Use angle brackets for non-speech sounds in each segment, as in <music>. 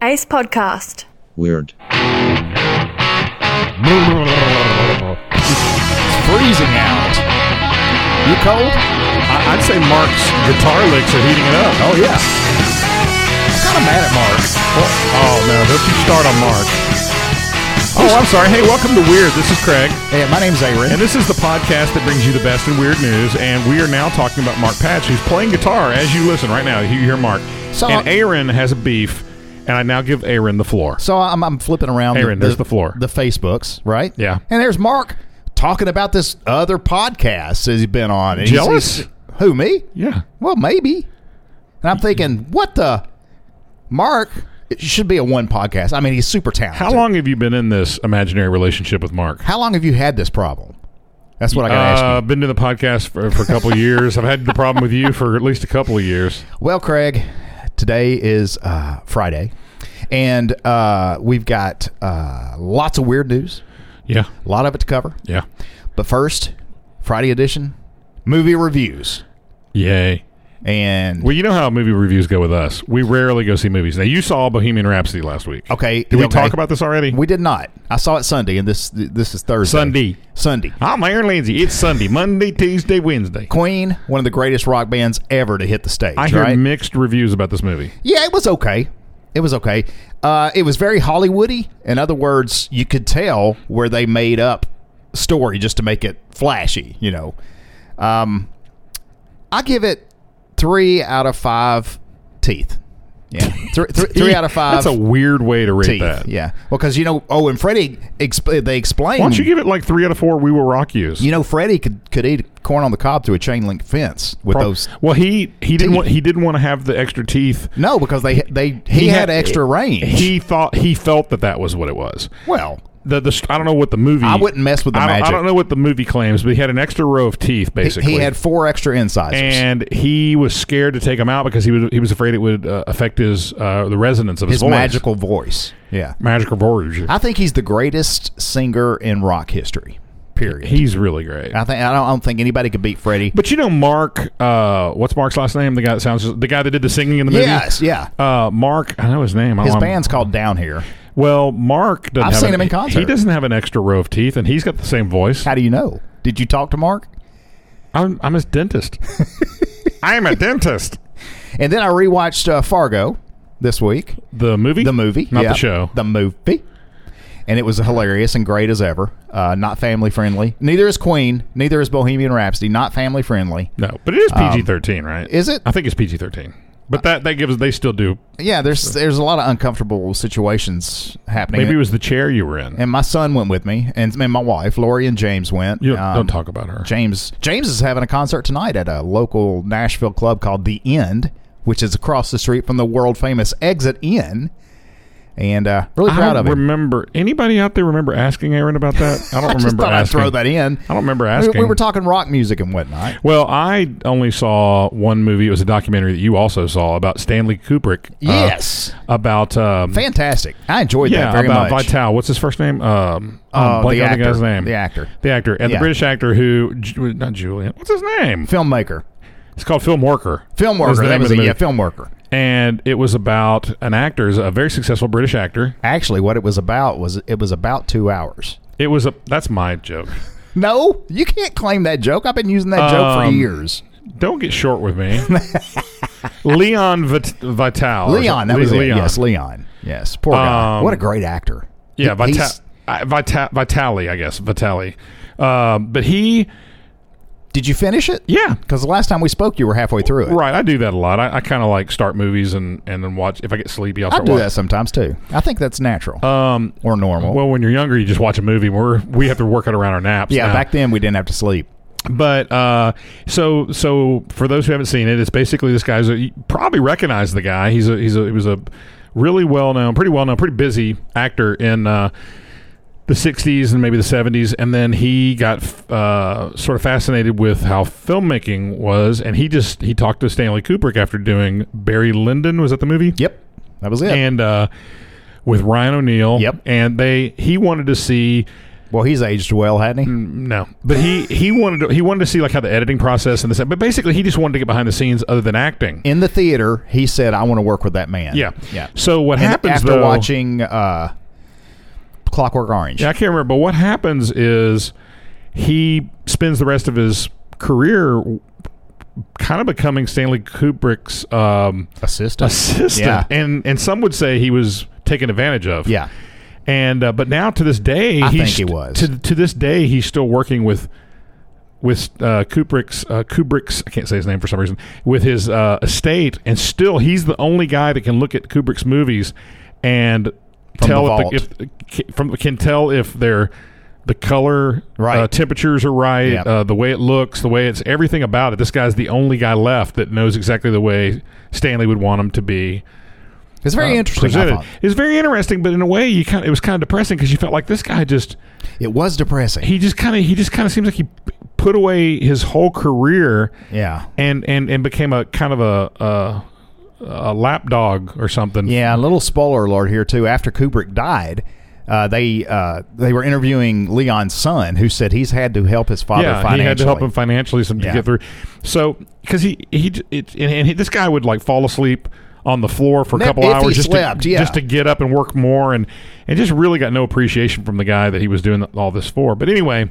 Space Podcast. Weird. freezing out. You cold? I- I'd say Mark's guitar licks are heating it up. Oh yeah. Kind of mad at Mark. Oh, oh no, don't you start on Mark. Oh, I'm sorry. Hey, welcome to Weird. This is Craig, Hey, my name's Aaron. and this is the podcast that brings you the best in weird news. And we are now talking about Mark Patch, who's playing guitar as you listen right now. You hear Mark. So- and Aaron has a beef, and I now give Aaron the floor. so I'm, I'm flipping around. Aaron, there's the floor. The Facebooks, right? Yeah. And there's Mark talking about this other podcast that he's been on. And he's- Jealous? he's- who, me? Yeah. Well, maybe. And I'm thinking, what the? Mark it should be a one podcast. I mean, he's super talented. How long have you been in this imaginary relationship with Mark? How long have you had this problem? That's what I got to ask you. uh, I've been doing the podcast for, for <laughs> a couple of years. I've had the problem with you for at least a couple of years. Well, Craig, today is uh, Friday, and uh, we've got uh, lots of weird news, Yeah, a lot of it to cover. yeah, But first, Friday edition, movie reviews. yay. And Well, you know how movie reviews go with us. We rarely go see movies. Now you saw Bohemian Rhapsody last week. okay, Did we okay. talk about this already? We did not. I saw it Sunday, and this this is Thursday. Sunday. Sunday. I'm Aaron Lindsay. It's Sunday, Monday, Tuesday, Wednesday. Queen, one of the greatest rock bands ever to hit the stage. I hear right? mixed reviews about this movie. Yeah, it was okay. It was okay. Uh, it was very Hollywoody. In other words, you could tell where they made up story just to make it flashy. You know, um, I give it three out of five teeth. <laughs> Yeah, three, three, three out of five E That's a weird way to rate teeth. that. Yeah, well, because you know, oh, and Freddie, exp- they explained. Why don't you give it like three out of four? We will rock yous. you know, Freddie could could eat corn on the cob through a chain link fence with Pro- those. well, he he didn't teeth. want he didn't want to have the extra teeth No, because they they he, had, extra range. He thought he felt that that was what it was. well, The, the I don't know what the movie. I wouldn't mess with the I don't, I magic. don't know what the movie claims, but he had an extra row of teeth He- basically. He had four extra incisors. and he was scared to take them out because he was he was afraid it would uh, affect his uh, the resonance of his, his voice. magical voice. Yeah. magical voyage. I think he's the greatest singer in rock history. Period. He's really great. I think I don't, I don't think anybody could beat Freddie. but you know Mark, uh, what's Mark's last name? The guy that sounds the guy that did the singing in the movie. Oh, yes, yeah. Uh, Mark, I know his name. I His don't- band's called Down Here. Well, Mark. Doesn't I've have seen an- him in concert. He doesn't have an extra row of teeth, and he's got the same voice. How do you know? Did you talk to Mark? I'm, I'm his <laughs> dentist. I'm a dentist. And then I rewatched uh, Fargo this week, The movie? the movie, Not Yeah. the show. the movie. And it was hilarious and great as ever. Uh, not family friendly. Neither is Queen. Neither is Bohemian Rhapsody. Not family friendly. no, but it is PG 13, right? Um, is it? I think it's PG 13. But that, that gives, they still do. Yeah, there's there's a lot of uncomfortable situations happening. Maybe it was the chair you were in. and my son went with me, and, and my wife, Lori and James went. You don't, Um, don't talk about her. James James is having a concert tonight at a local Nashville club called The End, which is across the street from the world famous Exit Inn. And uh, really proud I of don't him. remember. Anybody out there remember asking Aaron about <laughs> that? I don't I just remember thought I'd asking. throw that in. I don't remember We- asking. We, were talking rock music and whatnot. Well, I only saw one movie. It was a documentary that you also saw about Stanley Kubrick. uh, Yes. about um, Fantastic! I enjoyed yeah, that very about much. Vital. What's his first name? Um, I'm Oh, blanking the on the guy's actor. name. The actor. The actor. And Yeah. the British actor who, Ju- not Julian, what's his name? filmmaker, It's called Film Worker. film Was worker. the That name was of it. the Yeah, movie. film worker. And it was about an actor, is a very successful British actor. Actually, what it was about was it was about two hours. It was a, that's my joke. No, you can't claim that joke. I've been using that joke for Um, years. Don't get short <laughs> with me. Leon Vit- Vital. or Leon, that something. was it. Leon. Yes, Leon. Yes, poor guy. Um, What a great actor. Yeah, He- Vita- he's- I- Vita- Vitali, I guess. Vitali. Um, but he, Did you finish it? yeah, Because the last time we spoke, you were halfway through it. right. I do that a lot. I, I kind of like start movies and, and then watch. If I get sleepy, I'll I start do watching. that sometimes too. I think that's natural Um, or normal. Well, when you're younger, you just watch a movie. We're we have to work it around our naps. yeah, now. back then we didn't have to sleep. But uh, so so for those who haven't seen it, it's basically this guy's a, you probably recognize the guy. He's a he's a he was a really well known, pretty well known, pretty busy actor in. Uh, the 60s and maybe the 70s and then he got uh, sort of fascinated with how filmmaking was and he just he talked to stanley kubrick after doing barry lyndon was that the movie Yep, that was it. and uh, with Ryan O'Neal. Yep. And they he wanted to see Well, he's aged well, hadn't he? No, but he he wanted to, he wanted to see like how the editing process and this. But basically, he just wanted to get behind the scenes other than acting. In the theater, he said, "I want to work with that man." Yeah, yeah. So what And happens after though? watching uh, Clockwork Orange, yeah, I can't remember. But what happens is he spends the rest of his career kind of becoming Stanley Kubrick's um, assistant. assistant, Yeah. and and some would say he was taken advantage of. yeah, and uh, but now to this day, I he's think he was. to to this day he's still working with with uh, Kubrick's uh, Kubrick's I can't say his name for some reason with his uh, estate, and still he's the only guy that can look at Kubrick's movies and From tell the if, the, if ca- from can tell if they're the color, Right. uh, temperatures are right, Yep. uh, the way it looks, the way it's everything about it. This guy's the only guy left that knows exactly the way Stanley would want him to be it's very uh, interesting. I presented. thought. It was very interesting, but in a way, you kind it was kind of depressing because you felt like this guy just It was depressing. he just kind of he just kind of seems like he p- put away his whole career yeah, and and and became a kind of a a, a lapdog or something. yeah. A little spoiler alert here too. After Kubrick died. Uh, they uh, they were interviewing Leon's son, who said he's had to help his father Yeah, financially. he had to help him financially some, Yeah. to get through. So, because he he j- it, and, and he, this guy would like fall asleep on the floor for a If- couple if he hours just slept, to yeah. just to get up and work more, and and just really got no appreciation from the guy that he was doing all this for. But anyway,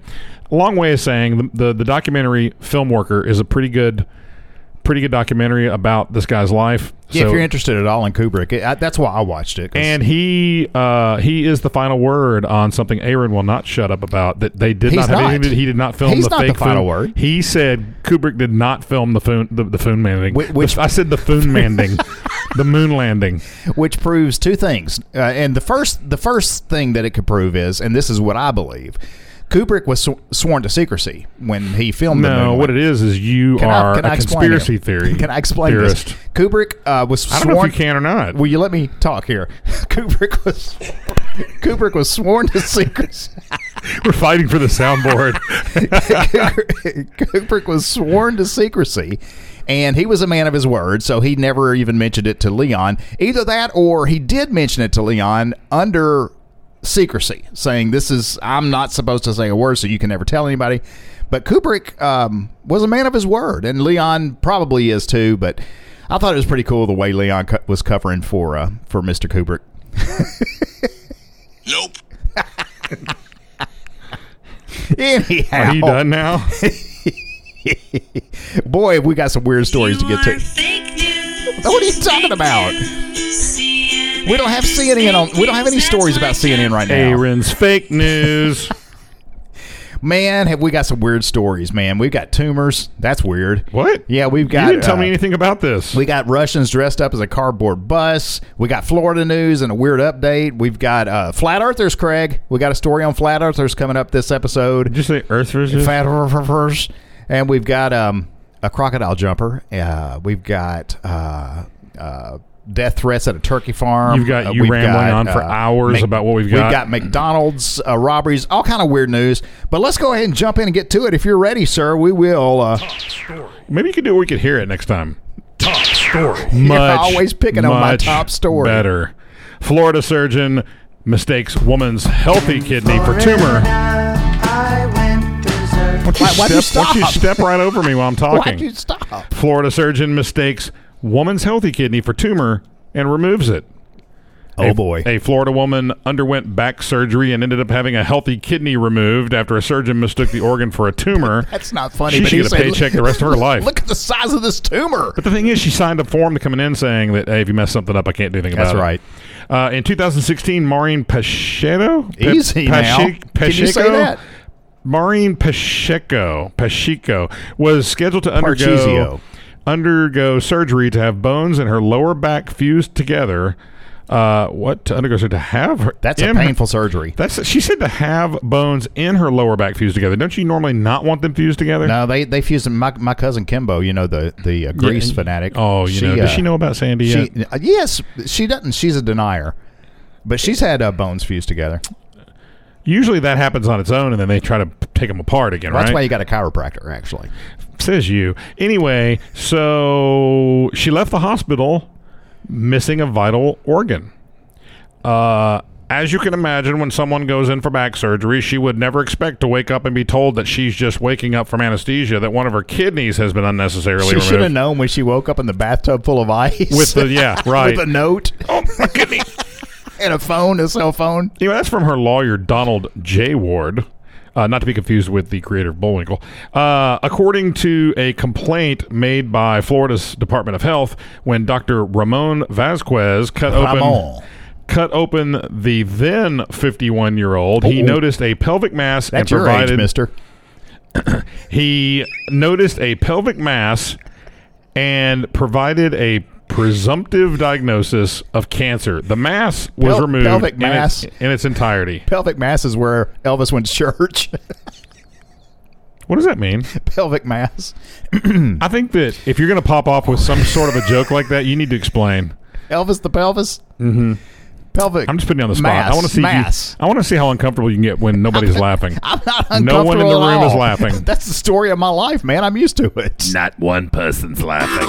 long way of saying the the, the documentary Film Worker is a pretty good. Pretty good documentary about this guy's life. Yeah, So- if you're interested at all in Kubrick, it, I, that's why I watched it. 'cause- and he uh, he is the final word on something Aaron will not shut up about that they did He's not have not. anything. to- He did not film He's the not the fake final Foon- word. He said Kubrick did not film the foon the, the foon landing. Whi- which- The- I said the <laughs> foon landing, the moon landing. which proves two things. Uh, and the first, the first thing that it could prove is, and this is what I believe, Kubrick was sw- sworn to secrecy when he filmed. the No, moon what landing. it is is you Can I- are can a I explain conspiracy it? theory. Can I explain theorist. this? Kubrick uh, was I sworn. don't know if you can or not. Will you let me talk here? <laughs> Kubrick was Kubrick was sworn to secrecy. We're fighting for the soundboard. <laughs> Kubrick was sworn to secrecy, and he was a man of his word, so he never even mentioned it to Leon. Either that, or he did mention it to Leon under secrecy, saying, "This is I'm not supposed to say a word, so you can never tell anybody." But Kubrick um, was a man of his word, and Leon probably is too. But I thought it was pretty cool the way Leon co- was covering for uh, for Mr. Kubrick. Nope. <laughs> Anyhow, are you <laughs> done now? boy, have we got some weird stories to get to. What are you talking about? We don't have CNN on. We don't have any stories about CNN right now. Aaron's <laughs> fake news. Man, have we got some weird stories, man. We've got tumors. That's weird. What? Yeah, we've You got. didn't tell uh, me anything about this. We got Russians dressed up as a cardboard bus. We got Florida news and a weird update. We've got uh, flat earthers, Craig. We got a story on flat earthers coming up this episode. Did you say Earth versus? Flat earthers, and we've got um, a crocodile jumper. Uh, we've got uh, uh, death threats at a turkey farm. You've got Uh, you we've rambling got, on for hours about what we've We've got. got McDonald's uh, robberies, all kind of weird news. But let's go ahead and jump in and get to it. If you're ready, sir, we will. Uh, Maybe you could do it. where We could hear it next time. Top story. Much. always picking on my much top story. Better. Florida surgeon mistakes woman's healthy kidney for tumor. Why Why- why'd you Why don't you stop? step right over me while I'm talking? why'd you stop? Florida surgeon mistakes woman's healthy kidney for tumor and removes it. Oh A- boy. A Florida woman underwent back surgery and ended up having a healthy kidney removed after a surgeon mistook the organ for a tumor. <laughs> That's not funny. She but should he get a said, paycheck the rest of her life. Look at the size of this tumor. But the thing is, she signed a form to coming in saying that, hey, if you mess something up, I can't do anything That's about right. it. That's right. Uh, in 2016, Maureen Pacheco. Pa- Easy now. Can you say that? Maureen Pacheco, Pacheco was scheduled to undergo Parcheesio. undergo surgery to have bones in her lower back fused together. Uh, what to undergo surgery to have? Her, That's in a her- painful surgery. that's she said to have bones in her lower back fused together. Don't you normally not want them fused together? No, they they fused them. My, my cousin Kimbo, you know the the uh, Grease Yeah. fanatic. Oh, you know. Does uh, she know about Sandy? She, yet? uh, yes, she doesn't. She's a denier, but she's had uh, bones fused together. Usually that happens on its own, and then they try to p- take them apart again, That's why right? you got a chiropractor, actually. Says you. Anyway, so she left the hospital missing a vital organ. Uh, As you can imagine, when someone goes in for back surgery, she would never expect to wake up and be told that she's just waking up from anesthesia, that one of her kidneys has been unnecessarily She should have removed. known when she woke up in the bathtub full of ice With the <laughs> yeah, right. with a note oh my kidney. and a phone, a cell phone. Anyway, that's from her lawyer, Donald J. Ward. Uh, not to be confused with the creator of Bullwinkle. Uh, according to a complaint made by Florida's Department of Health, when Dr. Ramon Vasquez cut Ramon. open cut open the then 51 year old, he Oh. noticed a pelvic mass and That's your provided age, Mister. he noticed a pelvic mass and provided a presumptive diagnosis of cancer. The mass was Pel- removed pelvic in, its- mass. in its entirety. Pelvic mass is where Elvis went to church. <laughs> What does that mean? Pelvic mass. I think that if you're going to pop off with some sort of a joke like that, you need to explain. Elvis the pelvis. Mm-hmm. Pelvic. I'm just putting you on the spot. I Mass. want to see. mass. You, I want to see how uncomfortable you can get when nobody's laughing. <laughs> I'm not No one in uncomfortable the at room is all. <laughs> laughing. That's the story of my life, man. I'm used to it. Not one person's laughing.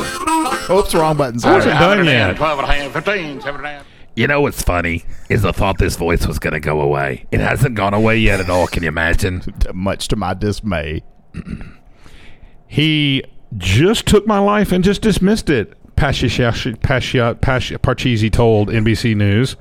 Oops, Oh, wrong button. I wasn't Sorry. done yet. 12 and a half, 15, 7 and a half. You know what's funny is I thought this voice was going to go away. It hasn't gone away yet at all. Can you imagine? <laughs> Much to my dismay. He just took my life and just dismissed it. Paschiashi- Paschia- Pasch- Parcheesi told NBC News.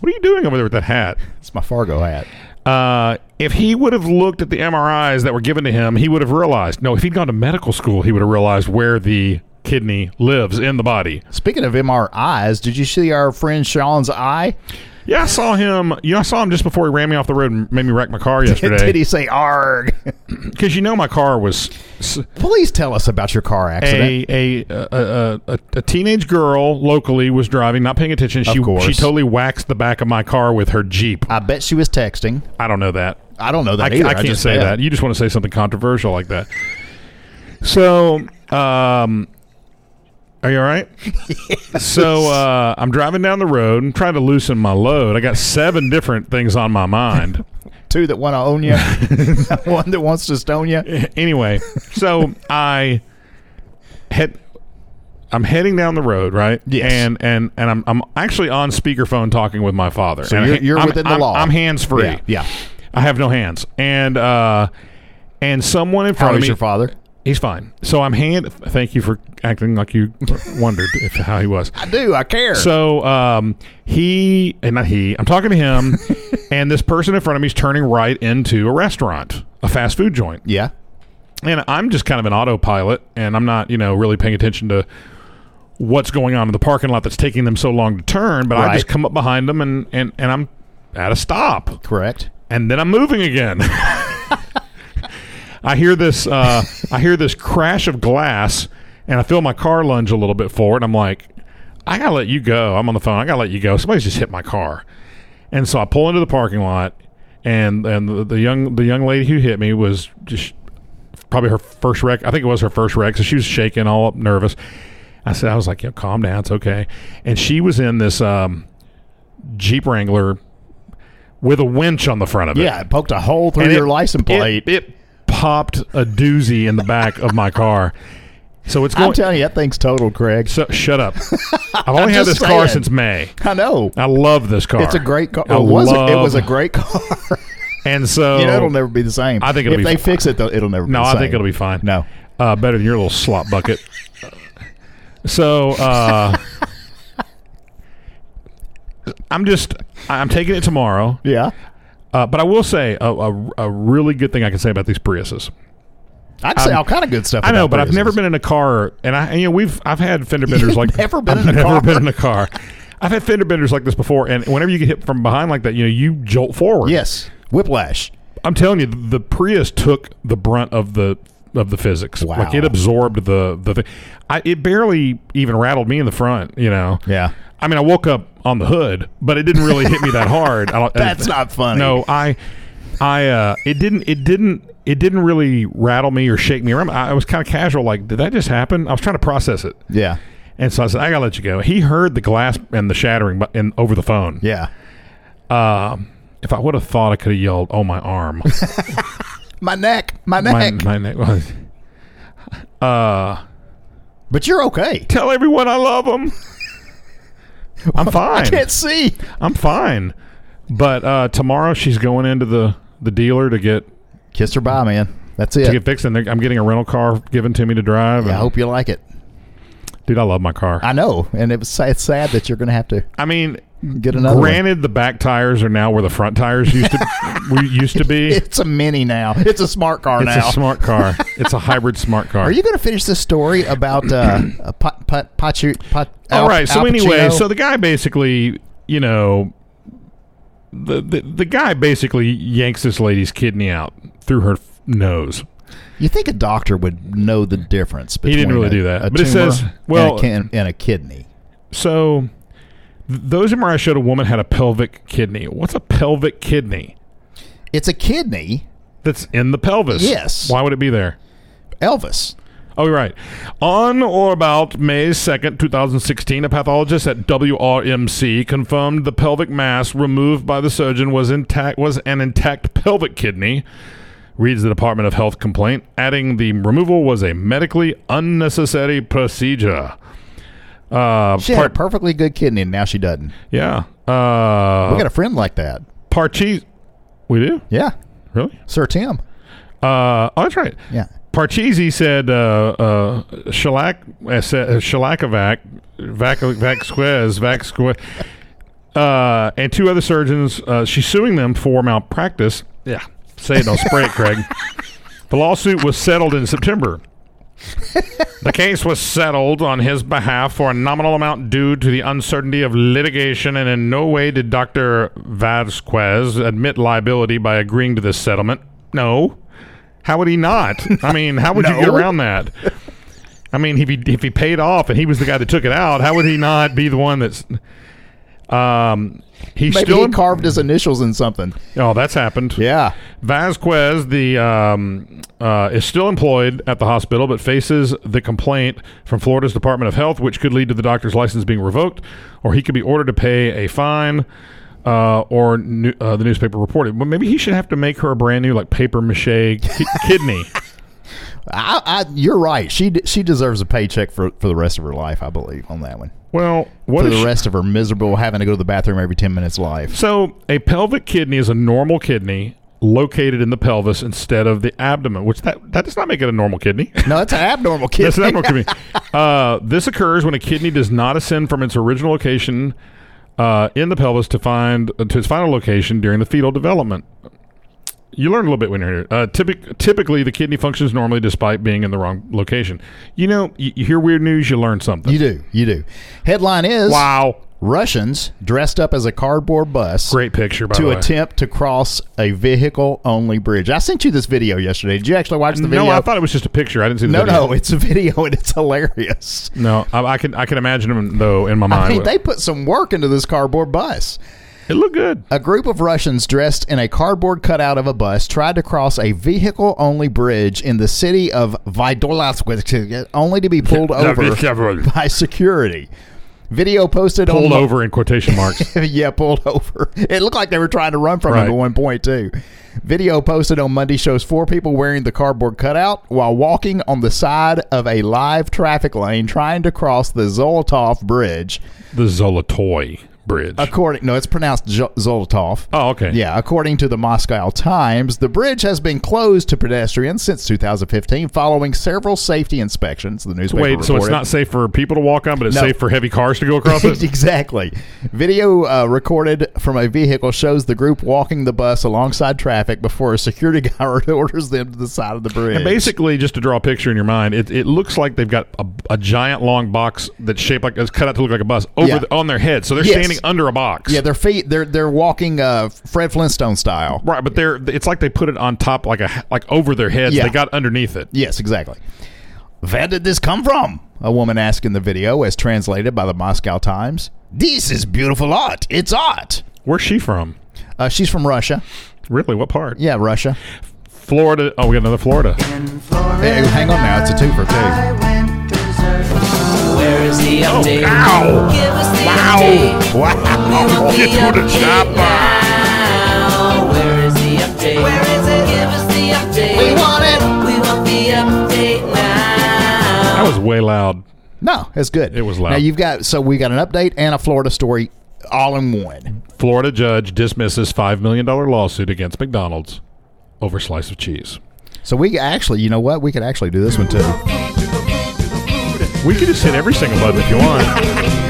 What are you doing over there with that hat? It's my Fargo hat. Uh, if he would have looked at the MRIs that were given to him, he would have realized. No, if he'd gone to medical school, he would have realized where the kidney lives in the body. Speaking of MRIs, did you see our friend Sean's eye? Yeah, I saw him. You know, I saw him just before he ran me off the road and made me wreck my car <laughs> Did yesterday. he say "arg"? <laughs> Because you know, my car was s- Please tell us about your car accident. a a, a, a a a teenage girl locally was driving, not paying attention. She course. she totally waxed the back of my car with her jeep. I bet she was texting. I don't know that. I don't know I, that ca- either. I can't just say said. that. You just want to say something controversial like that. So, um, are you <laughs> all right? So, uh, I'm driving down the road and trying to loosen my load. I got seven different things on my mind. Two that want to own <laughs> you, <laughs> one that wants to stone you. anyway, so I head. I'm heading down the road, right? Yes. And and and I'm I'm actually on speakerphone talking with my father. So And I- you're- you're I'm- within the I'm- law. I'm hands free. Yeah, yeah. I have no hands. And uh and someone in How front is of me your father? He's fine. So I'm hand thank you for acting like you wondered if how he was. I do. I care. So um, he and not he. I'm talking <laughs> to him, and this person in front of me is turning right into a restaurant, a fast food joint yeah. and I'm just kind of an autopilot, and I'm not, you know, really paying attention to what's going on in the parking lot that's taking them so long to turn. But I Right. just come up behind them, and and and I'm at a stop, Correct. and then I'm moving again. <laughs> I hear this, uh, I hear this crash of glass, and I feel my car lunge a little bit forward. I'm like, I gotta let you go. I'm on the phone. I gotta let you go. Somebody's just hit my car, and so I pull into the parking lot, and and the, the young the young lady who hit me was just probably her first wreck. I think it was her first wreck, so she was shaking, all up nervous. I said, I was like, yeah, calm down, it's okay. And she was in this um, Jeep Wrangler with a winch on the front of it. Yeah. It poked a hole through And your it- license plate. It, it popped a doozy in the back of my car. So it's I'm going. telling you, that thing's totaled, Craig. so, <laughs> shut up. I've only had this just car saying. since May. I know. I love this car. It's a great car. I Well, was it? It love- was a great <laughs> car. And so you know, it'll never be the same. I think it'll if be they fine. fix it, though, it'll never. No, be the I same. think it'll be fine. No. uh, better than your little slop bucket. so uh, I'm just I'm taking it tomorrow. Yeah, Uh, but I will say a, a, a really good thing I can say about these Priuses. I can say all kind of good stuff. Um, I know, about but I've Priuses. never been in a car, and I and, you know we've I've had fender <laughs> benders You've like never been I've in a never car. been in a car. I've had fender benders like this before, and whenever you get hit from behind like that, you know you jolt forward. Yes, whiplash. I'm telling you, the Prius took the brunt of the of the physics. Wow. Like it absorbed the the. Thing. I, it barely even rattled me in the front. You know. Yeah. I mean, I woke up on the hood, but it didn't really hit me that hard. <laughs> I don't, That's not funny. No, I, I, uh, it didn't, it didn't, it didn't really rattle me or shake me around. I I was kind of casual, like, did that just happen? I was trying to process it, Yeah, and so I said, I gotta let you go. He heard the glass and the shattering, but in over the phone. yeah. Um, if I would have thought, I could have yelled, "Oh <laughs> my arm!" My neck, my my, neck. my neck was. Uh, But you're okay. <laughs> tell everyone I love them. I'm fine. I can't see. I'm fine. But uh, tomorrow she's going into the the dealer to get Kiss her bye, man. That's to it. get fixed, and they're- I'm getting a rental car given to me to drive. I and- hope you like it. dude, I love my car. I know, and it was sad, it's sad that you're going to have to I mean, get another. one. granted, the back tires are now where the front tires used to <laughs> were, used to be. <laughs> <laughs> It's It's a mini now. It's a smart car now. a smart car. <laughs> it's a hybrid smart car. Are you going to finish this story about <clears throat> uh, uh, pot, pot, pot, pot, All right. So anyway, so the guy basically, you know, the, the the guy basically yanks this lady's kidney out through her f- nose. you think a doctor would know the difference? He Between didn't really a- do that. a But it tumor says- and a well- kin- and a kidney. So th- those MRI showed a woman had a pelvic kidney. What's a pelvic kidney? It's a kidney, That's in the pelvis. Yes. Why would it be there? Elvis. Oh, right. On or about May 2nd, 2016, a pathologist at WRMC confirmed the pelvic mass removed by the surgeon was intact was an intact pelvic kidney. Reads the Department of Health complaint, adding the removal was a medically unnecessary procedure. Uh, She had a part- perfectly good kidney, and now she doesn't. yeah. we Uh, got a friend like that. Parcheesi. We do? Yeah, Really? Sir Tim. Uh, oh, that's right. Yeah. Parcheesi said uh, uh, shellac, uh, said- uh, shellacovac, vac, vac squares, vac square, uh, and two other surgeons. Uh, she's suing them for malpractice. Yeah, say it, don't spray it, Craig. The lawsuit was settled in September. the case was settled on his behalf for a nominal amount due to the uncertainty of litigation, and in no way did Dr. Vasquez admit liability by agreeing to this settlement. No. How would he not? I mean, how would you get No. around that? I mean, if he if he paid off and he was the guy that took it out, how would he not be the one that's? Um, he's Maybe still he carved his initials in something. oh, that's happened. Yeah. Vasquez, the um, uh, is still employed at the hospital, but faces the complaint from Florida's Department of Health, which could lead to the doctor's license being revoked, or he could be ordered to pay a fine. Uh, or new, uh, the newspaper reported, but maybe he should have to make her a brand new like paper mache ki- <laughs> kidney. I, I, you're right. She d- she deserves a paycheck for, for the rest of her life, I believe, on that one. Well, what for is the she- rest of her miserable having to go to the bathroom every 10 minutes life. So, a pelvic kidney is a normal kidney located in the pelvis instead of the abdomen, which that, that does not make it a <laughs> normal kidney. No, that's an abnormal kid. That's an abnormal kidney. Uh, this occurs when a kidney does not ascend from its original location uh, in the pelvis to find uh, to its final location during the fetal development. You learn a little bit when you're here. Uh, typic- typically, the kidney functions normally despite being in the wrong location. You know, you, you hear weird news, you learn something. You do. You do. Headline is wow. Russians dressed up as a cardboard bus Great picture, by the to way. attempt to cross a vehicle only bridge. I sent you this video yesterday. Did you actually watch the video? No, I thought it was just a picture. I didn't see the no, video. no, it's a video and it's hilarious. No, I, I can I can imagine them though in my mind. I mean, they put some work into this cardboard bus. it looked good. A group of Russians dressed in a cardboard cutout of a bus tried to cross a vehicle only bridge in the city of Vydolask, only to be <laughs> pulled over by security. Video posted Pulled on over in quotation <laughs> marks. yeah, pulled over. It looked like they were trying to run from Right. him at one point too. Video posted on Monday shows four people wearing the cardboard cutout while walking on the side of a live traffic lane trying to cross the Zolotov Bridge. the Zolotoy Bridge. According, no, it's pronounced Jo- Zolotov. oh, okay. Yeah, according to the Moscow Times, the bridge has been closed to pedestrians since 2015 following several safety inspections. The newspaper Wait, so it's reported. not safe for people to walk on, but it's No. safe for heavy cars to go across <laughs> it. exactly. Video uh, recorded from a vehicle shows the group walking the bus alongside traffic before a security <laughs> guard orders them to the side of the bridge. And basically, just to draw a picture in your mind, it, it looks like they've got a, a giant long box that's shaped like it's cut out to look like a bus over Yeah. the, on their head. So they're Yes. standing under a box. yeah, their feet they're they're walking uh, Fred Flintstone style. right. But they're it's like they put it on top like a like over their heads. Yeah. They got underneath it. Yes, exactly. Where did this come from? A woman asked in the video, as translated by the Moscow Times. This is beautiful art. It's art. Where's she from? Uh, she's from Russia. Really? What part? Yeah, Russia. Florida. Oh, we got another Florida. Hey, hang on now. It's a twofer, too. Where is the update? Ow! Give us the Wow. update. Wow. Get to the chopper. Now, Where is the update? Where is it? Give us the update. We want it. We want the update now. That was way loud. No, it's good. It was loud. Now you've got so we got an update and a Florida story all in one. Florida judge dismisses $5 million lawsuit against McDonald's over slice of cheese. So we actually, you know what? We could actually do this one too. We could just hit every single button if you want.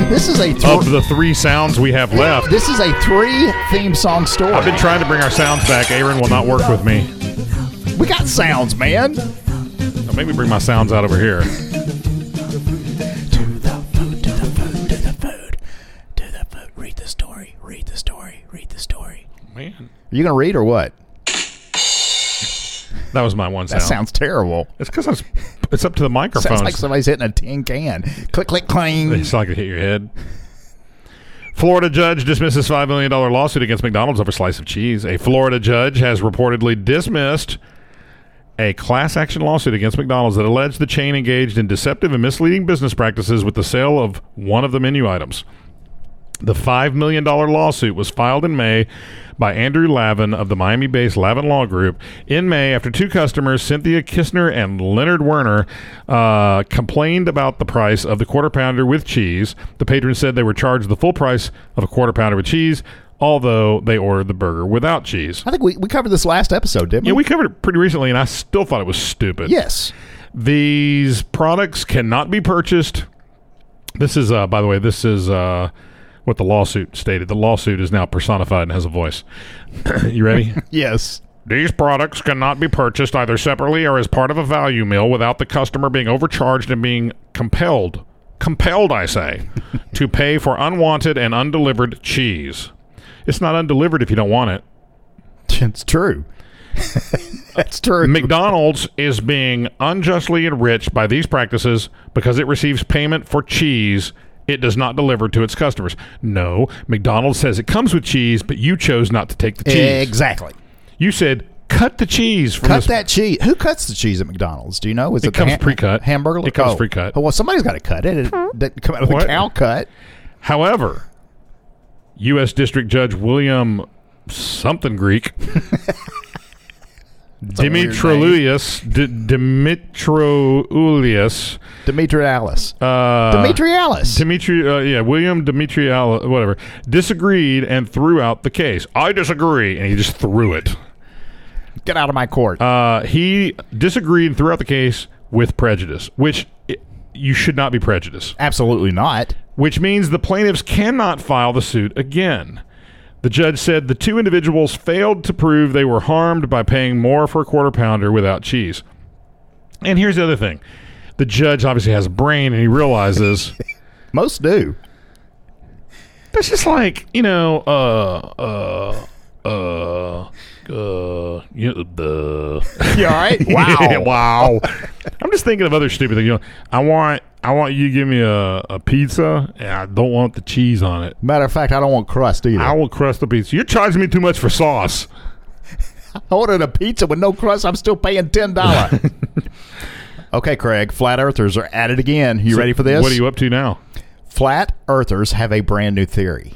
This is a thr- of the three sounds we have left, this is a three theme song story. I've been trying to bring our sounds back. Aaron will not work with me. we got sounds, man. Now Maybe bring my sounds out over here. Read the story. Read the story. Read the story. Man, Are you gonna read or what? that was my one That sound. sounds terrible. it's because I was. It's up to the microphone. Sounds like somebody's hitting a tin can. Click, click, clang. It's like it hit your head. <laughs> Florida judge dismisses $5 million lawsuit against McDonald's over slice of cheese. A Florida judge has reportedly dismissed a class action lawsuit against McDonald's that alleged the chain engaged in deceptive and misleading business practices with the sale of one of the menu items. The $5 million lawsuit was filed in May by Andrew Lavin of the Miami based Lavin Law Group. In May, after two customers, Cynthia Kistner and Leonard Werner, uh, complained about the price of the quarter pounder with cheese, the patrons said they were charged the full price of a quarter pounder with cheese, although they ordered the burger without cheese. I think we, we covered this last episode, didn't we? Yeah, we covered it pretty recently, and I still thought it was stupid. yes. These products cannot be purchased. This is, uh, by the way, this is uh, what the lawsuit stated. The lawsuit is now personified and has a voice. <clears throat> you ready? Yes. These products cannot be purchased either separately or as part of a value meal without the customer being overcharged and being compelled, compelled, I say, to pay for unwanted and undelivered cheese. It's not undelivered if you don't want it. <laughs> It's <laughs> true. That's true. McDonald's is being unjustly enriched by these practices because it receives payment for cheese it does not deliver to its customers. No, McDonald's says it comes with cheese, but you chose not to take the cheese. Exactly. You said cut the cheese from Cut this- that cheese. Who cuts the cheese at McDonald's? Do you know? Is it, the comes pre-cut. Hamburger. It comes pre-cut. Oh, well, somebody's got to cut it. It didn't come out of What? a cow cut. However, U.S. District Judge William something Greek Dimitrioulias D- Dimitrioulias Demetri Alice. uh, Demetri Alice. Dimitri, uh, yeah, William Dimitri, Al- whatever, disagreed and threw out the case. I disagree, and he just threw it. Get out of my court. Uh, he disagreed and threw out the case with prejudice, which i you should not be prejudiced. Absolutely not. which means the plaintiffs cannot file the suit again. The judge said the two individuals failed to prove they were harmed by paying more for a quarter pounder without cheese. And here's the other thing the judge obviously has a brain and he realizes Most do. that's just like, you know, uh, uh, uh, uh, you know, the. You all <laughs> right? <laughs> <laughs> Yeah, Wow. wow. I'm just thinking of other stupid things. You know, I want, I want you to give me a, a pizza and I don't want the cheese on it. Matter of fact, I don't want crust either. I will crust the pizza. You're charging me too much for sauce. I ordered a pizza with no crust. I'm still paying ten <laughs> dollars. okay, Craig. Flat Earthers are at it again. You ready for this? What are you up to now? Flat Earthers have a brand new theory.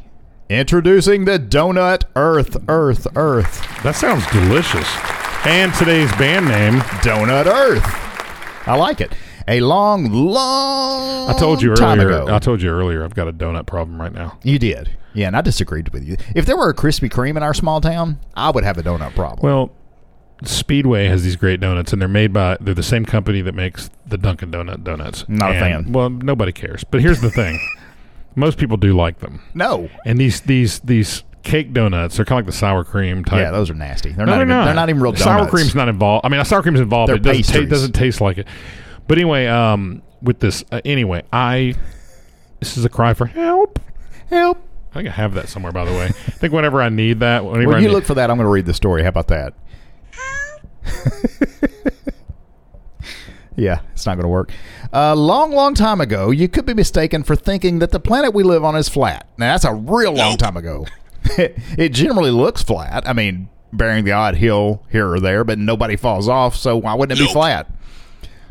Introducing the donut Earth, Earth, Earth, That sounds delicious. And today's band name. donut Earth. I like it. A long, long I told you time earlier. ago. I told you earlier. I've got a donut problem right now. you did. Yeah, and I disagreed with you. If there were a Krispy Kreme in our small town, I would have a donut problem. Well, Speedway has these great donuts, and they're made by they're the same company that makes the Dunkin' Donut donuts. Not a And- fan. Well, nobody cares. But here's <laughs> the thing: most people do like them, no. and these these these cake donuts are kind of like the sour cream type. Yeah, those are nasty. They're No, not they're even not. they're not even real donuts. Sour cream's not involved. I mean, sour cream's involved, They're but it doesn't, ta- pastries. doesn't taste like it. But anyway, um, with this, uh, anyway, I this is a cry for help. help. I think I have that somewhere, by the way. I think whenever I need that, whenever I When you need- look for that, I'm going to read the story. How about that? <laughs> yeah, it's not going to work. A long, long time ago, you could be mistaken for thinking that the planet we live on is flat. Now, that's a real long time ago. <laughs> it generally looks flat. I mean, bearing the odd hill here or there, but nobody falls off, so why wouldn't it be flat?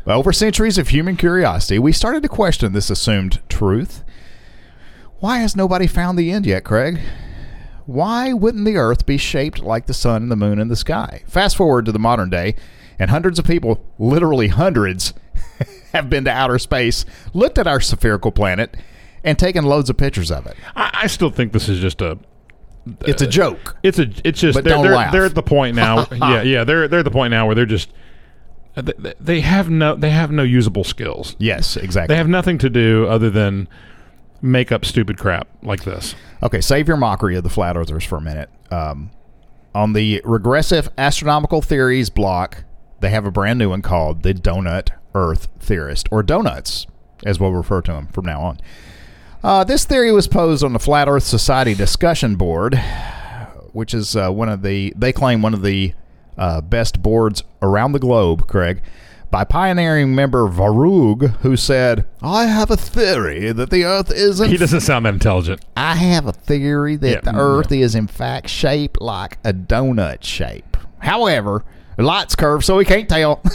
But over centuries of human curiosity, we started to question this assumed truth. Why has nobody found the end yet, Craig? why wouldn't the Earth be shaped like the sun and the moon and the sky? Fast forward to the modern day, and hundreds of people, <laughs> literally hundreds, have been to outer space, looked at our spherical planet, and taking loads of pictures of it. I, I still think this is just a It's a Uh, joke. It's a. It's just. But they're, don't they're, laugh. they're at the point <laughs> now. yeah, yeah. They're they're at the point now where they're just. They, they have no. They have no usable skills. Yes, exactly. They have nothing to do other than make up stupid crap like this. Okay, save your mockery of the flat earthers for a minute. Um, on the regressive astronomical theories block, they have a brand new one called the Donut Earth Theorist, or Donuts, as we'll refer to them from now on. Uh, this theory was posed on the Flat Earth Society discussion board, which is uh, one of the they claim one of the uh, best boards around the globe. Craig, by pioneering member Varug, who said, "I have a theory that the Earth isn't He doesn't sound that intelligent. I have a theory that Yeah. the Earth is in fact shaped like a donut shape. However, the light's curved, so we can't tell. <laughs>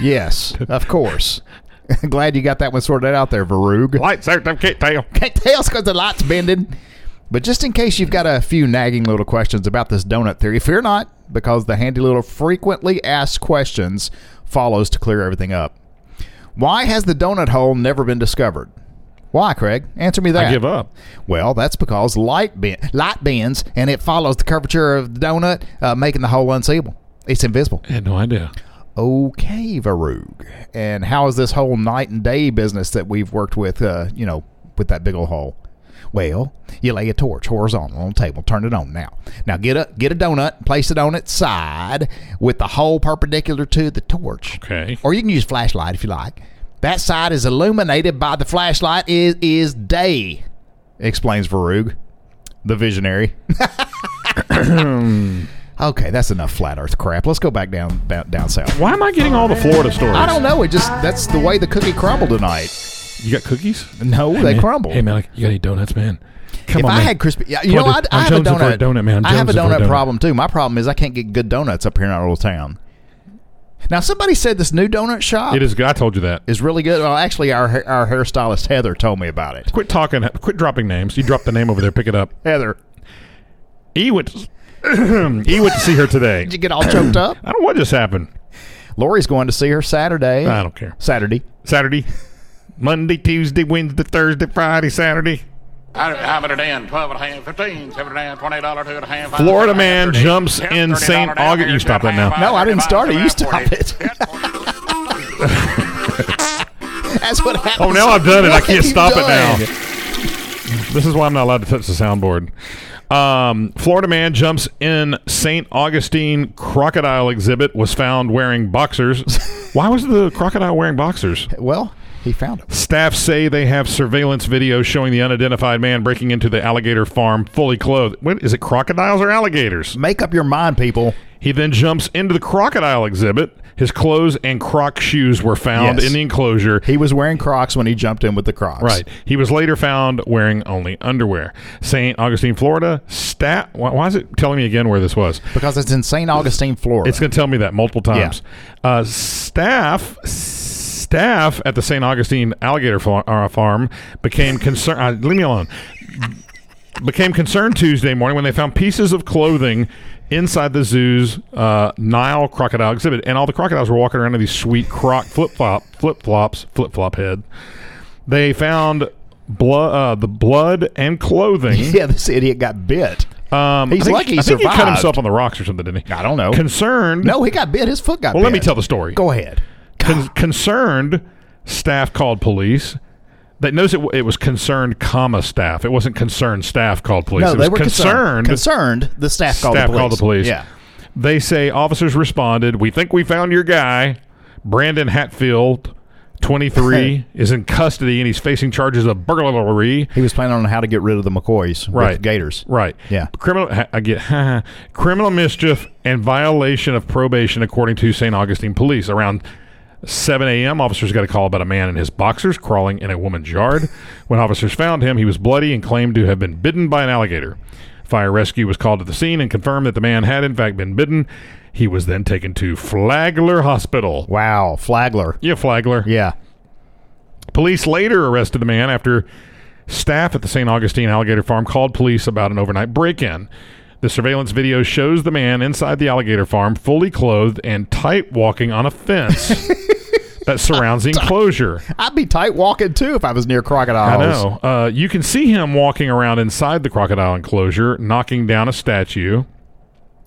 yes, of course. <laughs> Glad you got that one sorted out there, Varug. Lights out. I can't tell. Can't tell because the light's bending. But just in case you've got a few nagging little questions about this donut theory, fear not, because the handy little frequently asked questions follows to clear everything up. Why has the donut hole never been discovered? Why, Craig? Answer me that. I give up. Well, that's because light bend, light bends, and it follows the curvature of the donut, uh, making the hole unseeable. It's invisible. I had no idea. Okay, Varug. And how is this whole night and day business that we've worked with, uh, you know, with that big old hole? Well, you lay a torch horizontal on the table. Turn it on now. Now get a get a donut, place it on its side with the hole perpendicular to the torch. Okay. <laughs> Or you can use flashlight if you like. That side is illuminated by the flashlight. It is day, explains Varug, the <coughs> visionary. okay, that's enough flat Earth crap. Let's go back down down, down south. Why am I getting all the Florida stories? I don't know. It just that's the way the cookie crumbled tonight. You got cookies? No, they man. crumbled. Hey man, like, you got any donuts, man? Come if on, I man. had crispy, yeah, you Come know, on, I, dude. I I'm have a jonesing for donut. donut, man. I'm I have a jonesing for donut, problem too. My problem is I can't get good donuts up here in our little town. Now somebody said this new donut shop It is. good. I told you that. is really good. Well, actually, our ha- our hairstylist Heather told me about it. Quit talking. Quit dropping names. You dropped the name over there. Pick it up. Heather, E went. <clears throat> To, e went to see her today. did you get all choked up? I don't know what just happened. <laughs> Lori's going to see her Saturday. I don't care. Saturday. Saturday, Monday, Tuesday, Wednesday, Thursday, Friday, Saturday. Half at a ten, twelve at a hand, fifteen, seven at a hand, twenty dollar, two at a hand. five Florida at a man hand, thirty, jumps ten, in thirty St. dollar down, August. You here's stop ten that now. hand, No, I five, didn't thirty, start it. five, You stop forty. Ten, it. forty. <laughs> That's what happened. Oh, now I've done it. I What can't have you stop it now. done? This is why I'm not allowed to touch the soundboard. Um, Florida man jumps in St. Augustine crocodile exhibit, was found wearing boxers. <laughs> why was the crocodile wearing boxers? Well, he found him. Staff say they have surveillance video showing the unidentified man breaking into the alligator farm fully clothed. What is it, crocodiles or alligators? Make up your mind, people. He then jumps into the crocodile exhibit. His clothes and croc shoes were found Yes. in the enclosure. He was wearing Crocs when he jumped in with the Crocs. Right. He was later found wearing only underwear. St. Augustine, Florida. Stat. Why, why is it telling me again where this was? Because it's in St. Augustine, Florida. It's going to tell me that multiple times. Uh, staff staff at the St. Augustine alligator far, uh, farm became concerned. Uh, leave me alone. became concerned Tuesday morning when they found pieces of clothing inside the zoo's uh, Nile crocodile exhibit, and all the crocodiles were walking around in these sweet croc flip flop flip flops flip flop head. They found. Blood, uh, the blood and clothing. <laughs> yeah, this idiot got bit. Um, He's I think, lucky he I think he cut survived. himself on the rocks or something, didn't he? I don't know. Concerned. no, he got bit. His foot got Well, bit. let me tell the story. Go ahead. Con- concerned staff called police. That knows it, w- it was concerned, comma staff. It wasn't concerned staff called police. No, it they was were concerned. Concerned, the staff called staff the police. called the police. Yeah. They say officers responded. We think we found your guy, Brandon Hatfield, 23, is in custody and he's facing charges of burglary. He was planning on how to get rid of the McCoys with Right. Gators. Right. Yeah. Criminal. ha- I get <laughs> criminal mischief and violation of probation, according to St. Augustine police. Around 7 a.m., officers got a call about a man in his boxers crawling in a <laughs> woman's yard. when officers found him, he was bloody and claimed to have been bitten by an alligator. Fire rescue was called to the scene and confirmed that the man had in fact been bitten. He was then taken to Flagler Hospital. Wow. Flagler. Yeah, Flagler. Yeah. Police later arrested the man after staff at the St. Augustine Alligator Farm called police about an overnight break in. The surveillance video shows the man inside the alligator farm fully clothed and tight walking on a fence. that surrounds the enclosure. I'd be tight walking too if I was near I crocodiles. know. Uh, you can see him walking around inside the crocodile enclosure, knocking down a statue.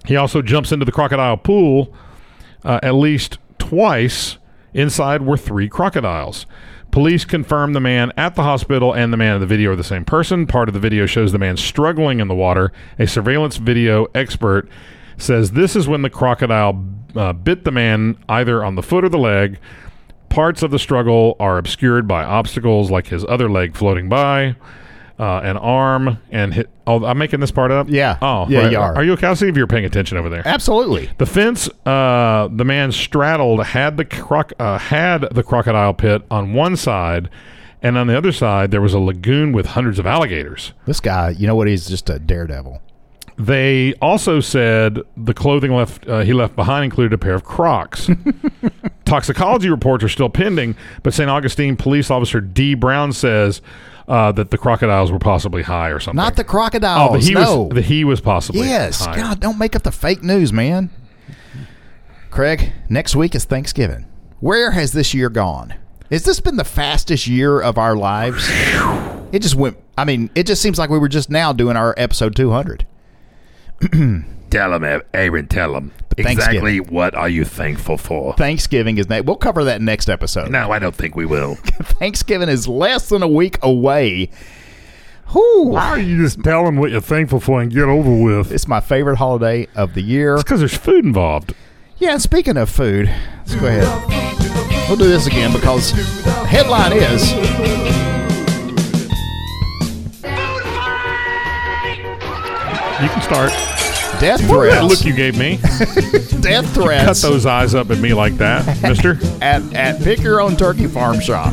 He also jumps into the crocodile pool uh, at least twice. Inside were three crocodiles. Police confirm the man at the hospital and the man in the video are the same person. Part of the video shows the man struggling in the water. A surveillance video expert says this is when the crocodile uh, bit the man either on the foot or the leg. Parts of the struggle are obscured by obstacles like his other leg floating by, uh, an arm, and hit. Oh, I'm making this part up. Yeah. Oh, Yeah, right. you are. Are you okay? I'll see if you're paying attention over there. Absolutely. The fence uh, the man straddled had the croc- uh, had the crocodile pit on one side, and on the other side there was a lagoon with hundreds of alligators. This guy, you know what? He's just a daredevil. They also said the clothing left uh, he left behind included a pair <laughs> of Crocs. Toxicology reports are still pending, but St. Augustine police officer D. Brown says uh, that the crocodiles were possibly high or something. Not the oh, crocodiles. the he no. was the he was possibly yes. high. God, don't make up the fake news, man. Craig, next week is Thanksgiving. Where has this year gone? Has this been the fastest year of our lives? It just went. I mean, it just seems like we were just now doing our episode 200. Tell him, Aaron, tell him. Exactly Thanksgiving. what are you thankful for? Thanksgiving is next. We'll cover that next episode. no, I don't think we will. <laughs> Thanksgiving is less than a week away. Whew. Why don't you just tell them what you're thankful for and get over with? It's my favorite holiday of the year. It's because there's food involved. Yeah, and speaking of food, let's go ahead. We'll do this again because headline is You can start. death That look threats. you gave me. Death Cut threats those eyes up at me <laughs> like that, mister. at, at Pick Your Own Turkey Farm Shop.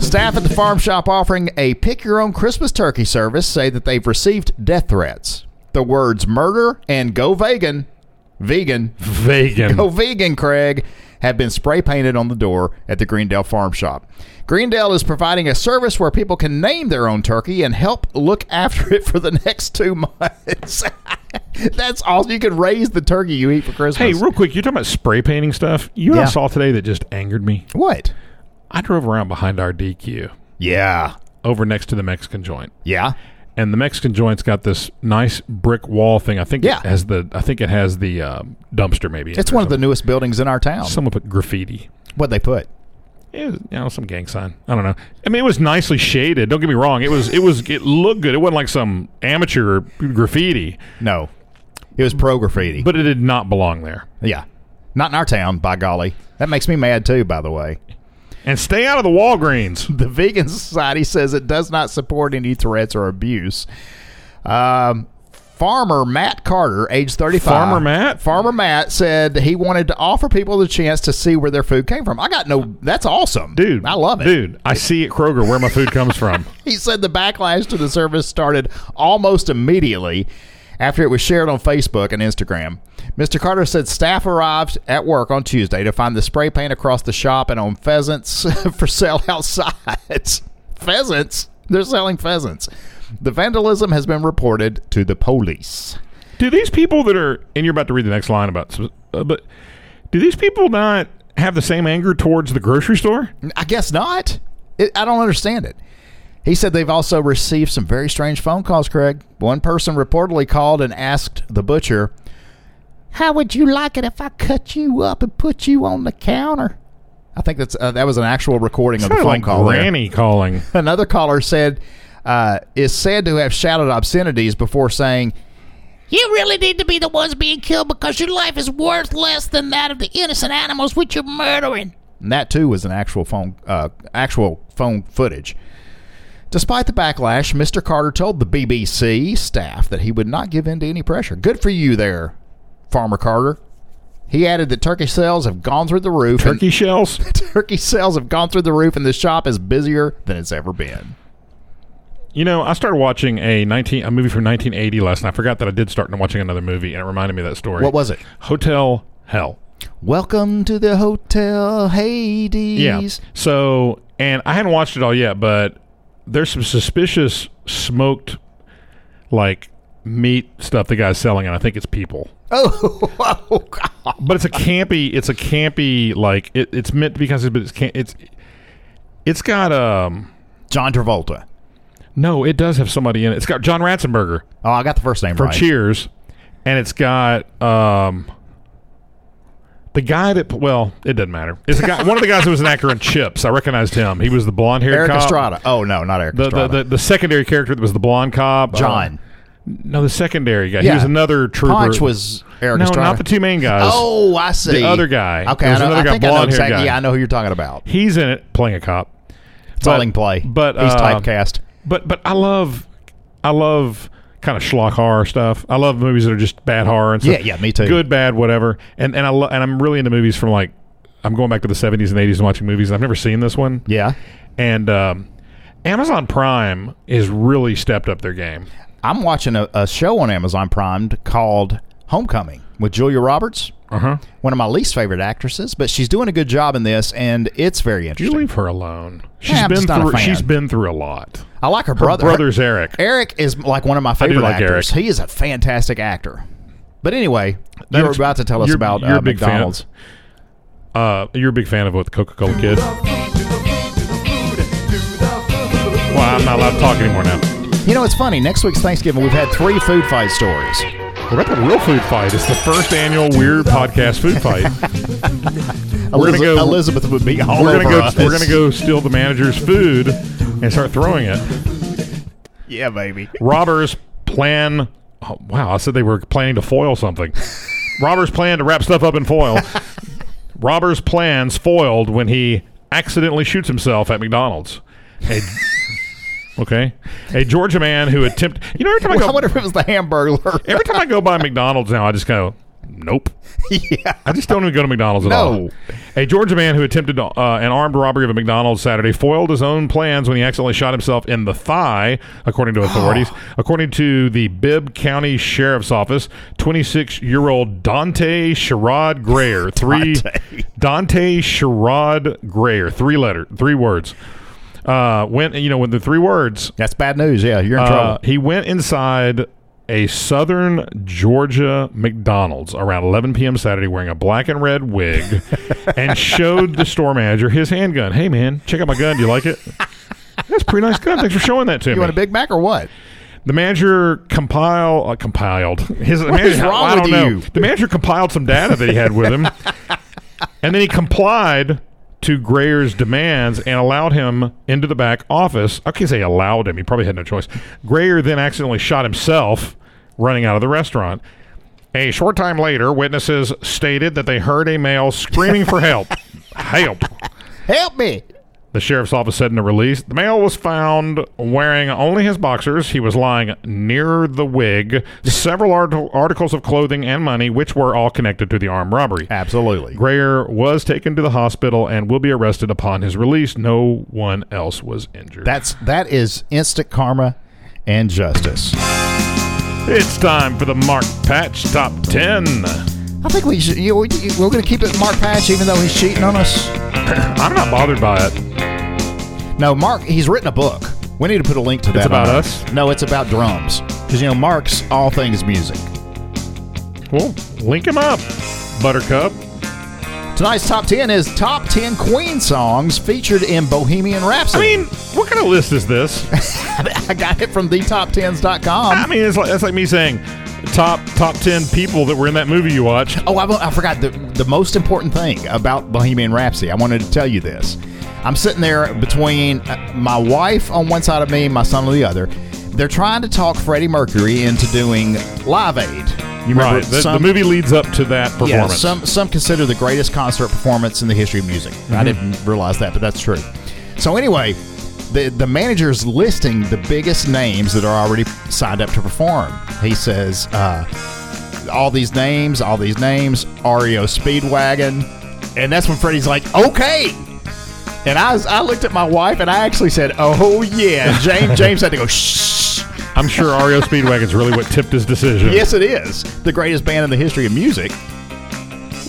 Staff at the farm shop offering a Pick Your Own Christmas Turkey service say that they've received death threats. The words murder and go vegan, vegan, <laughs> Vegan. Go vegan, Craig, have been spray painted on the door at the Greendale Farm Shop. Greendale is providing a service where people can name their own turkey and help look <laughs> after it for the next two months. <laughs> That's all you can raise the turkey you eat for Hey, Christmas. real quick, you're talking about spray painting stuff. You know what Yeah. I saw today that just angered me? what? I drove around behind our DQ Yeah, over next to the Mexican joint. yeah. And the Mexican joint's got this nice brick wall thing. I think Yeah. it has the I think it has the uh, dumpster maybe. in It's it or one of the something. newest buildings in our town. someone put graffiti. What they put? It was, you know, some gang sign. I don't know. I mean, it was nicely shaded. Don't get me wrong. It was, it was, it looked good. It wasn't like some amateur graffiti, No, it was pro graffiti. but it did not belong there. yeah, not in our town. By golly, that makes me mad too. By the way. And stay out of the Walgreens. the Vegan Society says it does not support any threats or abuse. Um, farmer Matt Carter, age 35. Farmer Matt? Farmer Matt said he wanted to offer people the chance to see where their food came from. I got no, that's awesome. Dude, I love it. Dude, I see at Kroger where my food <laughs> comes from. He said the backlash to the service started almost immediately after it was shared on Facebook and Instagram. Mr. Carter said staff arrived at work on Tuesday to find the spray paint across the shop and on pheasants <laughs> for sale outside. <laughs> pheasants? They're selling pheasants. The vandalism has been reported to the police. do these people that are, and you're about to read the next line about, uh, but do these people not have the same anger towards the grocery store? I guess not. It, I don't understand it. He said they've also received some very strange phone calls, Craig. One person reportedly called and asked the butcher, How would you like it if I cut you up and put you on the counter? I think that's uh, that was an actual recording of the Kinda phone like call. there. Granny calling. <laughs> Another caller said, uh, is said to have shouted obscenities before saying, You really need to be the ones being killed because your life is worth less than that of the innocent animals which you're murdering. and that too was an actual phone uh, actual phone footage. Despite the backlash, Mr. Carter told the BBC staff that he would not give in to any pressure. Good for you there, Farmer Carter. He added that turkey sales have gone through the roof. Turkey shells? And <laughs> turkey sales have gone through the roof, and the shop is busier than it's ever been. You know, I started watching a nineteen a movie from nineteen eighty last night. I forgot that I did start watching another movie, and it reminded me of that story. What was it? Hotel Hell. Welcome to the Hotel Hades. Yeah. So, and I hadn't watched it all yet, but there's some suspicious smoked, like meat stuff the guy's selling, and I think it's people. <laughs> Oh, oh God. but it's a campy it's a campy like it, it's meant to be kind of but it's can it's it's got um John Travolta. no it does have somebody in it it's got john ratzenberger Oh, I got the first name from right. cheers and it's got um the guy that well it doesn't matter it's a guy one of the guys that was an actor in chips i recognized him he was the blonde haired Eric cop. Estrada. Oh no, not Eric The, the, Estrada. the, the secondary character that was the blonde cop John. Uh, no the secondary guy Yeah. he was another trooper Punch was Eric no Estrada. not the two main guys Oh, I see. The other guy. Okay, There was I know, another I guy, think I know blonde-haired exactly. guy. Yeah, I know who you're talking about. he's in it playing a cop It's all in play. but he's uh, typecast. But but I love I love kind of schlock horror stuff. I love movies that are just bad horror and stuff. Yeah, yeah, me too. Good, bad, whatever. And and I lo- and I'm really into movies from like I'm going back to the 70s and 80s and watching movies. And I've never seen this one. Yeah, And um, Amazon Prime has really stepped up their game. I'm watching a, a show on Amazon Prime called Homecoming with Julia Roberts. Uh huh. One of my least favorite actresses, but she's doing a good job in this, and it's very You interesting. leave her alone. She's I'm been just not a through. fan. She's been through a lot. I like her Her brother. brother's Eric. Eric is like one of my do favorite like actors. Eric. He is a fantastic actor. But anyway, That you're ex- about to tell us you're- about you're uh, a big fan. McDonald's. Uh, you're a big fan of what the Coca-Cola Kid. Well, I'm not allowed to talk anymore now. You know, it's funny. Next week's Thanksgiving, we've had three food fight stories. We're at the real food fight. It's the first annual weird podcast food fight. We're gonna Eliza- go- Elizabeth would be <laughs> all we're gonna over go. us. We're gonna go steal the manager's food and start throwing it. <laughs> Yeah, baby. Robbers plan. Oh, wow, I said they were planning to <laughs> foil something. Robbers plan to wrap stuff up in foil. Robbers plans foiled when he accidentally shoots himself at McDonald's. <laughs> A- okay, a Georgia man who attempt. You know, every time I I go, wonder if it was the hamburglar. every time I go by McDonald's now, I just go, nope. <laughs> yeah. I just don't even go to McDonald's at No. all. A Georgia man who attempted uh, an armed robbery of a McDonald's Saturday foiled his own plans when he accidentally shot himself in the thigh, according Oh. to authorities. According to the Bibb County Sheriff's Office, 26 year old Dante <laughs> Sherrod Grayer, three Dante. Dante Sherrod Grayer, three letter, three words. Uh, went you know with the three words That's bad news. Yeah, you're in uh, trouble. he went inside a Southern Georgia McDonald's around 11 p.m. Saturday wearing a black and red <laughs> wig and showed the store manager his handgun. Hey, man, check out my gun. Do <laughs> you like it? That's a pretty nice gun. Thanks for showing that to me. You want a Big Mac or what? The manager compile uh, compiled his. the manager, is wrong I don't with know. you? The manager compiled some data that he had with him, <laughs> and then he complied to Grayer's demands and allowed him into the back office. I can't say allowed him; he probably had no choice. Grayer then accidentally shot himself, running out of the restaurant. A short time later, witnesses stated that they heard a male screaming <laughs> for help. help. Help me. The sheriff's office said in a release the male was found wearing only his boxers. He was lying near the wig, several art- articles of clothing and money, which were all connected to the armed robbery. Absolutely. Grayer was taken to the hospital and will be arrested upon his release. No one else was injured. That's that is instant karma and justice. it's time for the Mark Patch Top 10. I think we should. You, we, we're going to keep it Mark Patch, even though he's cheating on us. I'm not bothered by it. No, Mark. He's written a book. We need to put a link to that. about on our- us? No, it's about drums. Because you know, Mark's all things music. Well, link him up, Buttercup. Tonight's top ten is top ten Queen songs featured in Bohemian I Rhapsody. mean, what kind of list is this? <laughs> I got it from thetop10s.com. I mean, it's like, that's like me saying top top ten people that were in that movie you watched. Oh, I, I forgot the the most important thing about Bohemian Rhapsody. I wanted to tell you this. I'm sitting there between uh, my wife on one side of me and my son on the other. They're trying to talk Freddie Mercury into doing Live Aid. You remember Right. The, the some- movie leads up to that performance. Yeah, some some consider the greatest concert performance in the history of music. I didn't realize that, but that's true. So anyway, the the manager's listing the biggest names that are already signed up to perform. He says, uh, all these names, all these names, REO Speedwagon, and that's when Freddie's like, okay. And I, was- I looked at my wife and I actually said, "Oh yeah." James James had to go. Shh. I'm sure REO Speedwagon's really what tipped his decision. Yes, it is the greatest band in the history of music.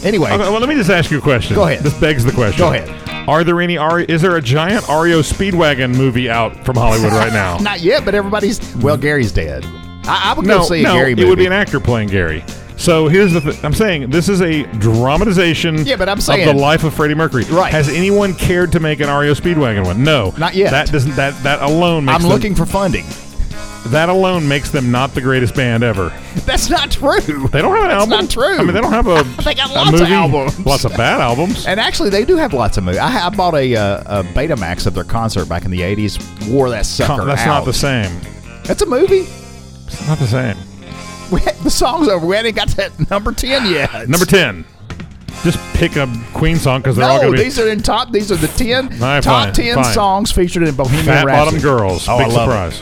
Anyway, Okay, well, let me just ask you a question. Go ahead. This begs the question. Go ahead. Are there any RE Is there a giant REO Speedwagon movie out from Hollywood right <laughs> now? Not yet, but everybody's. Well, Gary's dead. I, I would go no, see a no. Gary it movie. would be an actor playing Gary. So here's the th- I'm saying this is a dramatization Yeah, but I'm of saying- the life of Freddie Mercury. Right. Has anyone cared to make an REO Speedwagon one? No. Not yet. That doesn't that that alone makes I'm them- looking for funding. <laughs> that alone makes them not the greatest band ever. That's not true. They don't have an That's album. not true. I mean, they don't have a. <laughs> They got a lots of movie, albums. Lots of <laughs> bad albums. And actually, they do have lots of movies. I, I bought a, uh, a Betamax of their concert back in the '80s. Wore that sucker. That's not out. the same. That's a movie. <laughs> It's not the same. We had, the song's over. We hadn't got that <laughs> number <sighs> ten yet. Number ten. Just pick a Queen song because they're all No, going to be these are in top. These are the ten right, top fine, ten fine. songs featured in Bohemian Fat Rhapsody. Bottom Girls. Oh, Big I love surprise.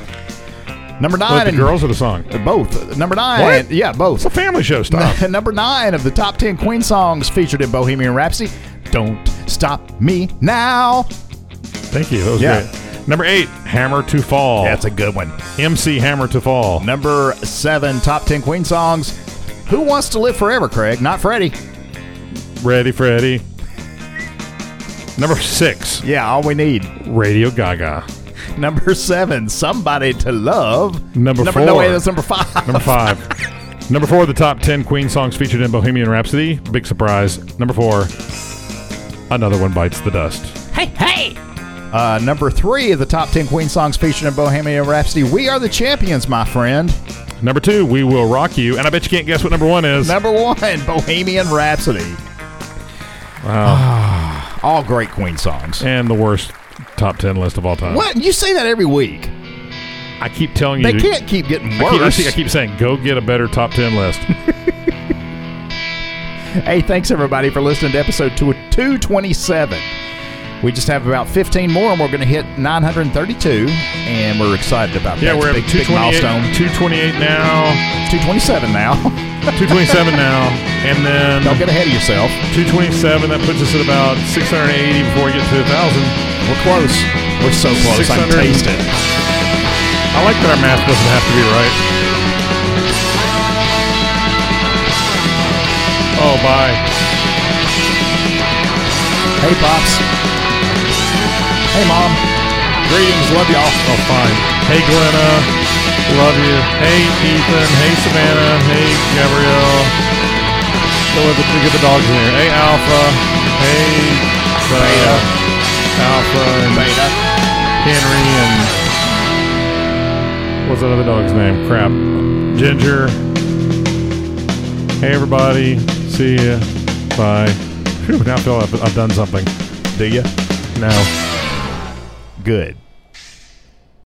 it. Number nine. But the and- girls are the song. It's Both. Number nine. What? Yeah, both. a family show. <laughs> Stop. Number nine of the top ten Queen songs featured in Bohemian Rhapsody. Don't stop me now. Thank you. That was Yeah. great. Number eight, Hammer to Fall. That's a good one. MC Hammer to Fall. Number seven, top ten Queen songs. Who wants to live forever, Craig? Not Freddie. Ready, Freddy. Number six, Yeah, all we need. Radio Gaga. Number seven, somebody to love. Number number No, four. wait, that's number five. Number five. Number four, the top 10 Queen songs featured in Bohemian Rhapsody. Big surprise. Number four, Another One Bites the Dust. Hey, hey! <laughs> Uh, number three of the top ten Queen songs featured in Bohemian Rhapsody. We are the champions, my friend. Number two, We Will Rock You. And I bet you can't guess what number one is. Number one, Bohemian Rhapsody. Wow. <sighs> All great Queen songs. And the worst top 10 list of all time. What? You say that every week. I keep telling you. They to- can't keep getting Mm-hmm. I keep, I worse. see- <laughs> I keep saying, go get a better top 10 <laughs> list. Hey, thanks everybody for listening to episode two- 227. We just have about 15 more, and we're going to hit 932, and we're excited about that. Yeah, we're It's a big, at big milestone. 228, 228 now, 227 now. <laughs> 227 now, and then Don't get ahead of yourself. 227. That puts us at about 680 before we get to 1,000. We're close. We're so close. I can 600. taste it. I like that our math doesn't have to be right. Oh, bye. Hey, pops. Hey, mom. Greetings. Love y'all. Oh, fine. Hey, Glenna. Love you. Hey, Ethan. Hey, Savannah. Hey, Gabrielle. Go with the, get the dogs in here. Hey, Alpha. Hey, Beta. Alpha and Beta. Henry and what's that other dog's name? Crap. Ginger. Hey, everybody. See ya. Bye. Phew, now I feel I've, I've done something. Do you? No. Good.